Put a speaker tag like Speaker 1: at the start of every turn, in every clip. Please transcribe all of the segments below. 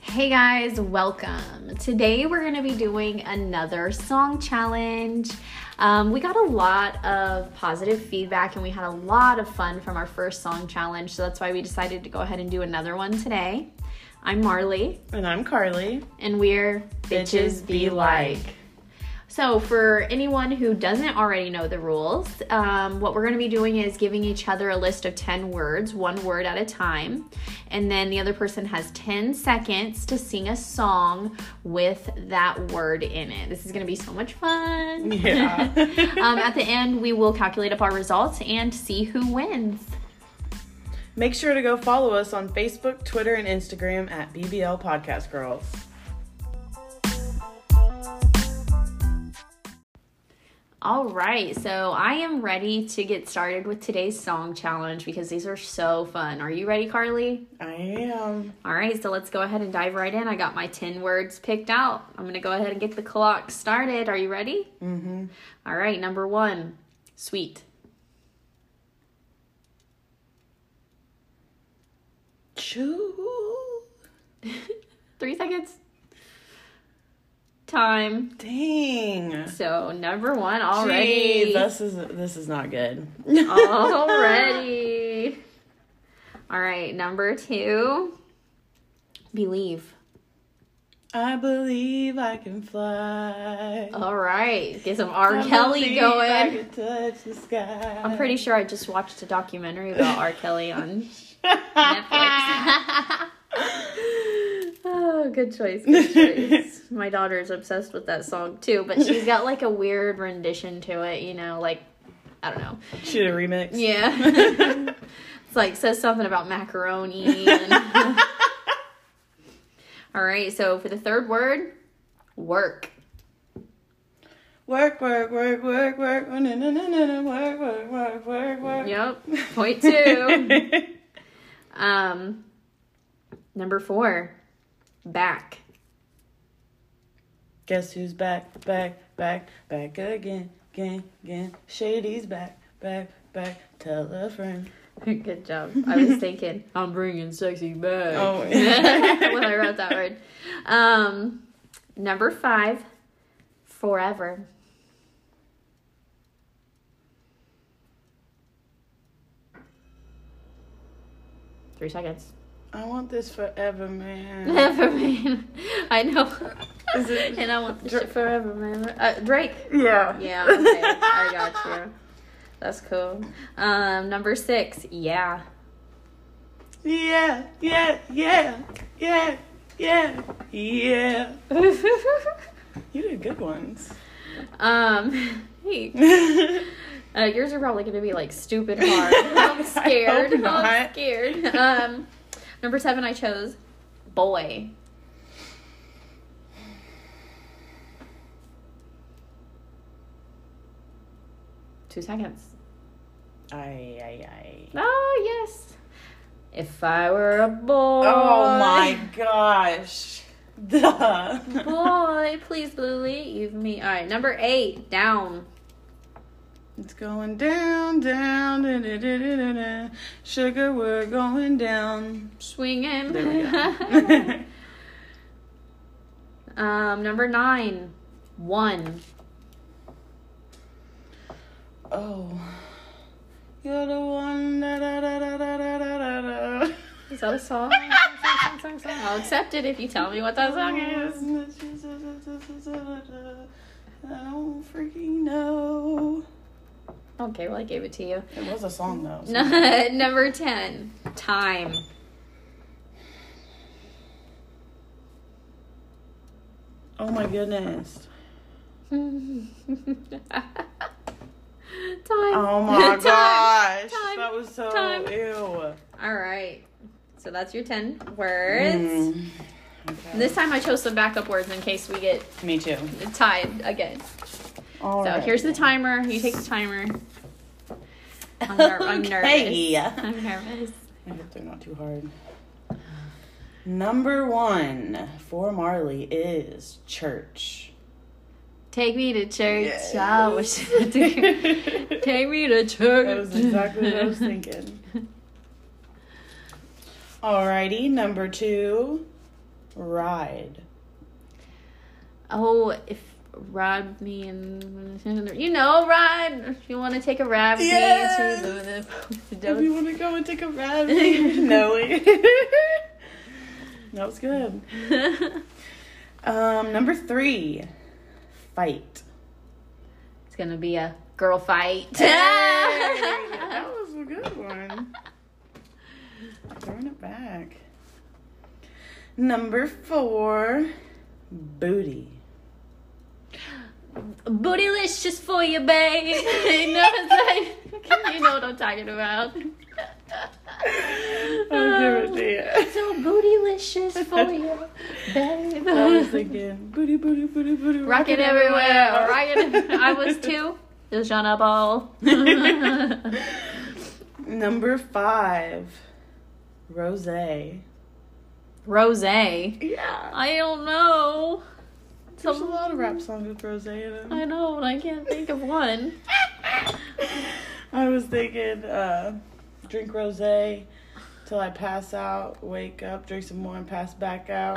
Speaker 1: Hey guys, welcome. Today we're gonna be doing another song challenge. Um, we got a lot of positive feedback and we had a lot of fun from our first song challenge, so that's why we decided to go ahead and do another one today. I'm Marley,
Speaker 2: And I'm Carly.
Speaker 1: and we're Bitches Be Like. So, for anyone who doesn't already know the rules, um, what we're going to be doing is giving each other a list of 10 words, one word at a time. And then the other person has 10 seconds to sing a song with that word in it. This is going to be so much fun.
Speaker 2: Yeah.
Speaker 1: um, at the end, we will calculate up our results and see who wins.
Speaker 2: Make sure to go follow us on Facebook, Twitter, and Instagram at BBL Podcast Girls.
Speaker 1: All right, so I am ready to get started with today's song challenge because these are so fun. Are you ready, Carly?
Speaker 2: I am.
Speaker 1: All right, so let's go ahead and dive right in. I got my 10 words picked out. I'm going to go ahead and get the clock started. Are you ready? Mm-hmm. All right, number one, sweet.
Speaker 2: Choo.
Speaker 1: Three seconds. Time.
Speaker 2: Dang.
Speaker 1: So, number one already.
Speaker 2: Jeez, this is this is not good.
Speaker 1: Already. All right, number two, believe.
Speaker 2: I believe I can fly.
Speaker 1: All right, get some R.
Speaker 2: I
Speaker 1: Oh, Kelly
Speaker 2: believe
Speaker 1: going.
Speaker 2: I can touch the sky.
Speaker 1: I'm pretty sure I just watched a documentary about R. Kelly on Netflix. oh, good choice. Good choice. My daughter is obsessed with that song too, but she's got like a weird rendition to it, you know, like I don't know.
Speaker 2: Shoot a remix.
Speaker 1: Yeah. it's like says something about macaroni and All right, so for the third word, work.
Speaker 2: Work, work, work, work, work, no, no, no, no, no, work, work, work, work, work.
Speaker 1: Yep. Point 2. Um number 4, back.
Speaker 2: Guess who's back, back, back, back again, again, again. Shady's back, back, back. Tell a friend.
Speaker 1: Good job. I was thinking, I'm bringing sexy back.
Speaker 2: Oh.
Speaker 1: when I wrote that word. Um, number five, forever. Three seconds.
Speaker 2: I want this forever, man.
Speaker 1: Forever, man. I know.
Speaker 2: Is it-
Speaker 1: and I want this
Speaker 2: Dra-
Speaker 1: shit forever, man. Uh, Drake.
Speaker 2: yeah.
Speaker 1: Yeah, okay. I got you. That's cool. Um, number six, yeah.
Speaker 2: Yeah, yeah, yeah, yeah, yeah, yeah. You did good ones.
Speaker 1: um, hey,
Speaker 2: All
Speaker 1: Uh, yours are probably going to be like stupid hard. I'm scared.
Speaker 2: hope not.
Speaker 1: I'm scared. Um, number seven, I chose boy. Two seconds.
Speaker 2: Aye, aye, aye.
Speaker 1: Oh yes. If I were a boy.
Speaker 2: Oh my gosh. Duh.
Speaker 1: Boy, please believe me. All right, number eight, down.
Speaker 2: It's going down, down, da, da, da, da, da, da. Sugar, we're going down.
Speaker 1: Swinging.
Speaker 2: There we go.
Speaker 1: um, number nine, one.
Speaker 2: oh. You're the one. Da, da, da, da, da, da, da, da, da.
Speaker 1: Is that a song? I'll accept it if you tell me what that song is.
Speaker 2: I don't freaking know.
Speaker 1: Okay, well, I gave it to you.
Speaker 2: It was a song though. so-
Speaker 1: Number 10, time.
Speaker 2: Oh my goodness.
Speaker 1: time.
Speaker 2: Oh my
Speaker 1: Time.
Speaker 2: gosh.
Speaker 1: Time.
Speaker 2: That was so
Speaker 1: Time.
Speaker 2: ew.
Speaker 1: All right. So that's your 10 words.
Speaker 2: Mm.
Speaker 1: This time I chose some backup words in case we get
Speaker 2: Me too.
Speaker 1: tied again.
Speaker 2: All
Speaker 1: So
Speaker 2: right.
Speaker 1: here's the timer. You take the timer. I'm, ner- I'm
Speaker 2: Okay.
Speaker 1: nervous. I'm nervous.
Speaker 2: I hope they're not too hard. Number one for Marley is church.
Speaker 1: Take me to church.
Speaker 2: Yes.
Speaker 1: I wish I could.
Speaker 2: that
Speaker 1: Take me to church.
Speaker 2: was exactly what I was thinking. Alrighty, number two, Ride.
Speaker 1: Oh, if ride me and you know, ride. If you want to take a ride with
Speaker 2: Yes.
Speaker 1: me to the, the,
Speaker 2: If you want to go and take a ride, no way. that was good. Um, number three, fight.
Speaker 1: it's gonna be a girl fight.
Speaker 2: that was a good one. Throwing it back. Number four, booty.
Speaker 1: Bootylicious for you, babe. you know what I'm saying? You know what I'm talking about.
Speaker 2: I'll give it to you.
Speaker 1: So bootylicious for you, babe.
Speaker 2: I was thinking booty, booty, booty, booty.
Speaker 1: Rock it everywhere. Rock it. I was too. It was Jana Ball.
Speaker 2: Number five, rose. Yeah.
Speaker 1: Rose. I don't know.
Speaker 2: There's a
Speaker 1: Some,
Speaker 2: lot of rap songs with rose in them.
Speaker 1: I know, but I can't think of one.
Speaker 2: I was thinking, uh, drink rose till I pass out, wake up, drink some more, and pass back out.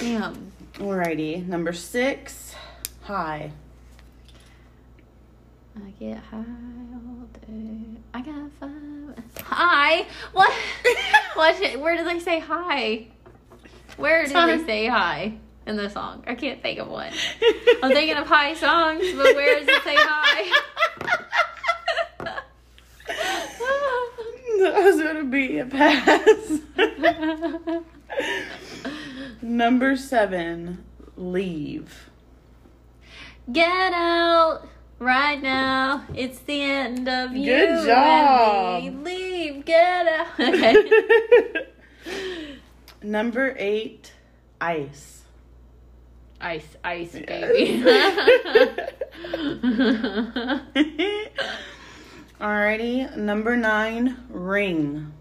Speaker 1: Damn.
Speaker 2: Alrighty, number six, high.
Speaker 1: I get high all day. I got five. Hi. What? what? Where did they say hi? Where did
Speaker 2: Sorry.
Speaker 1: they say hi in the song? I can't think of one. I'm thinking of high songs, but where does it say hi?
Speaker 2: That was gonna be a pass. number seven, leave.
Speaker 1: Get out right now. It's the end of you.
Speaker 2: Good
Speaker 1: and
Speaker 2: job.
Speaker 1: me. Leave. Get out. Okay.
Speaker 2: number eight, ice.
Speaker 1: Ice, ice, baby.
Speaker 2: Alrighty, number nine, ring.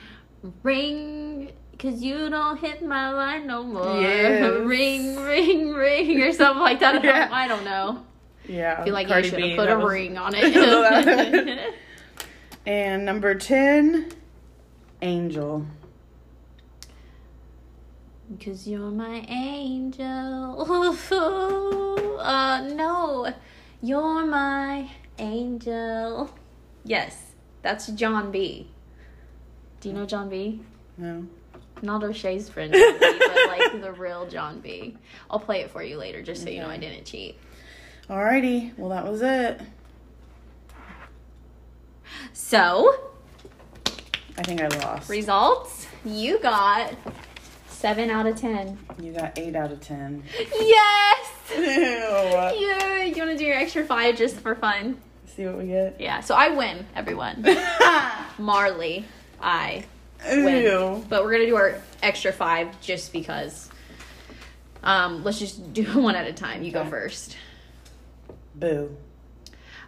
Speaker 1: ring, cause you don't hit my line no more.
Speaker 2: Yes.
Speaker 1: Ring, ring, ring, or something like that. I don't-
Speaker 2: Yeah.
Speaker 1: I don't know.
Speaker 2: Yeah,
Speaker 1: I feel like
Speaker 2: Cardi
Speaker 1: you should
Speaker 2: B,
Speaker 1: have put
Speaker 2: that
Speaker 1: a
Speaker 2: was-
Speaker 1: ring on
Speaker 2: that
Speaker 1: it.
Speaker 2: And number ten, angel.
Speaker 1: Cause you're my angel. uh, no, you're my angel. Yes, that's John B. Do you know John B?
Speaker 2: No.
Speaker 1: Not O'Shea's friend, John B, but like the real John B. I'll play it for you later, just so you know I didn't cheat.
Speaker 2: Alrighty, well that was it.
Speaker 1: So
Speaker 2: I think I lost.
Speaker 1: results, you got seven out of ten.
Speaker 2: You got eight out of ten.
Speaker 1: Yes.
Speaker 2: Ew.
Speaker 1: Yeah, you want to do your extra five just for fun?
Speaker 2: See what we get.
Speaker 1: Yeah, so I win, everyone. Marley, I win.
Speaker 2: Ew.
Speaker 1: But we're gonna do our extra five just because. Um, let's just do one at a time. You go
Speaker 2: Okay.
Speaker 1: first.
Speaker 2: Boo.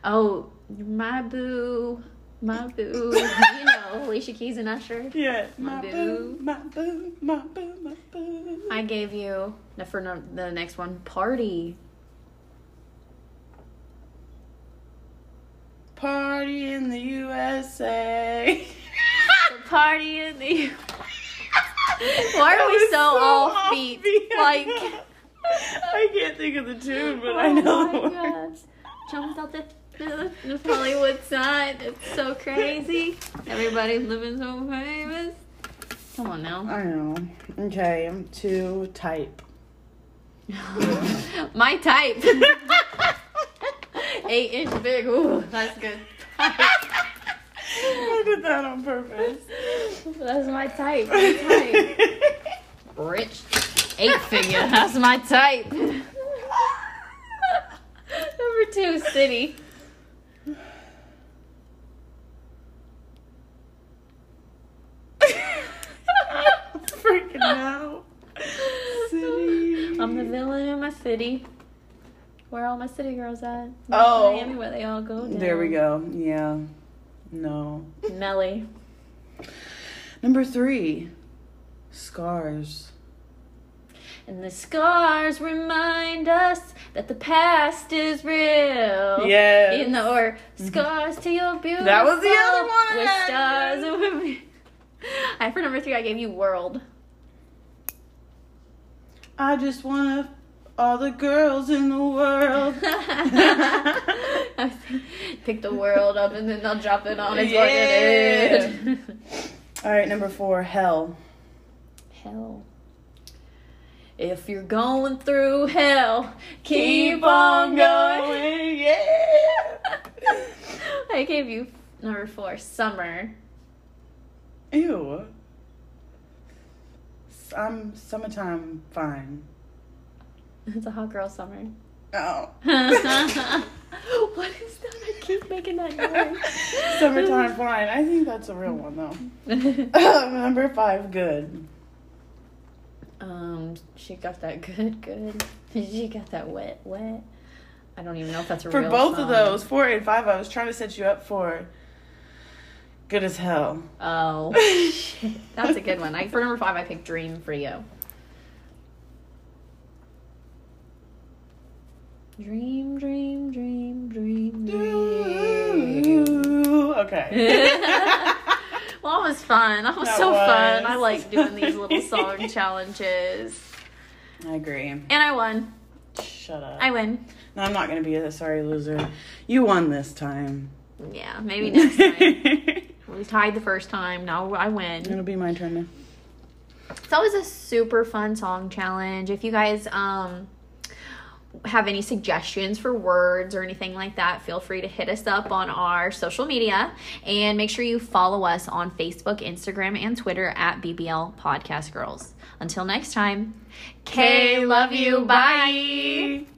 Speaker 1: Oh, my boo, my boo. you know, Alicia Keys and Usher.
Speaker 2: Yeah.
Speaker 1: My
Speaker 2: My
Speaker 1: boo.
Speaker 2: boo. My boo. My boo. My boo.
Speaker 1: I gave you no, for no, the next one party.
Speaker 2: Party in the USA.
Speaker 1: The party in the. Why
Speaker 2: That
Speaker 1: are we so, offbeat?
Speaker 2: was offbeat.
Speaker 1: Like.
Speaker 2: I can't think of the tune, but I know. the
Speaker 1: Oh my
Speaker 2: words.
Speaker 1: gosh. Jumped out the, the, the Hollywood sign. It's so crazy. Everybody's living so famous. Come on now.
Speaker 2: I know. Okay, I'm too type.
Speaker 1: My type. Eight inch big. Ooh, that's good.
Speaker 2: I did that on purpose.
Speaker 1: That's my type. My type. Rich. Eight figure. That's my type. Number two, city.
Speaker 2: Freaking out. City.
Speaker 1: I'm the villain in my city. Where all my city girls at?
Speaker 2: Oh.
Speaker 1: Miami, where they all go. Down.
Speaker 2: There we go. Yeah. No.
Speaker 1: Nelly.
Speaker 2: Number three, scars.
Speaker 1: And the scars remind us that the past is real.
Speaker 2: Yes. Mm-hmm.
Speaker 1: You know, or scars to your beauty.
Speaker 2: That was the other
Speaker 1: With
Speaker 2: one.
Speaker 1: stars and with. I for number three, I gave you world.
Speaker 2: I just wanna all the girls in the world.
Speaker 1: I was- Pick the world up and then they'll drop it on us. like
Speaker 2: Yeah.
Speaker 1: it is.
Speaker 2: All right, number four, hell.
Speaker 1: hell. If you're going through hell, keep on going.
Speaker 2: Yeah.
Speaker 1: I gave you number four, summer.
Speaker 2: Ew. S- I'm summertime fine.
Speaker 1: It's a hot girl summer.
Speaker 2: Oh.
Speaker 1: what is that? I keep making that noise.
Speaker 2: summertime fine. I think that's a real one though. number five, good.
Speaker 1: um, she got that good, good. She got that wet, wet. I don't even know if that's a
Speaker 2: For
Speaker 1: real
Speaker 2: both
Speaker 1: song.
Speaker 2: of those, four and five, I was trying to set you up for good as hell.
Speaker 1: Oh, shit. That's a good one. I, for number five, I picked Dream for you. Dream, dream, dream, dream, dream.
Speaker 2: Ooh, Okay.
Speaker 1: Well, it was fun. That was
Speaker 2: That
Speaker 1: so fun.
Speaker 2: was.
Speaker 1: I like doing these little song challenges.
Speaker 2: I agree.
Speaker 1: And I won.
Speaker 2: Shut up.
Speaker 1: I win.
Speaker 2: no, I'm not going to be a sorry loser. You won this time.
Speaker 1: Yeah, maybe next time. we tied the first time. Now I win.
Speaker 2: It'll be my turn now.
Speaker 1: It's always a super fun song challenge. If you guys um have any suggestions for words or anything like that, feel free to hit us up on our social media and make sure you follow us on Facebook, Instagram, and Twitter at BBL Podcast Girls. Until next time, K love you. Bye.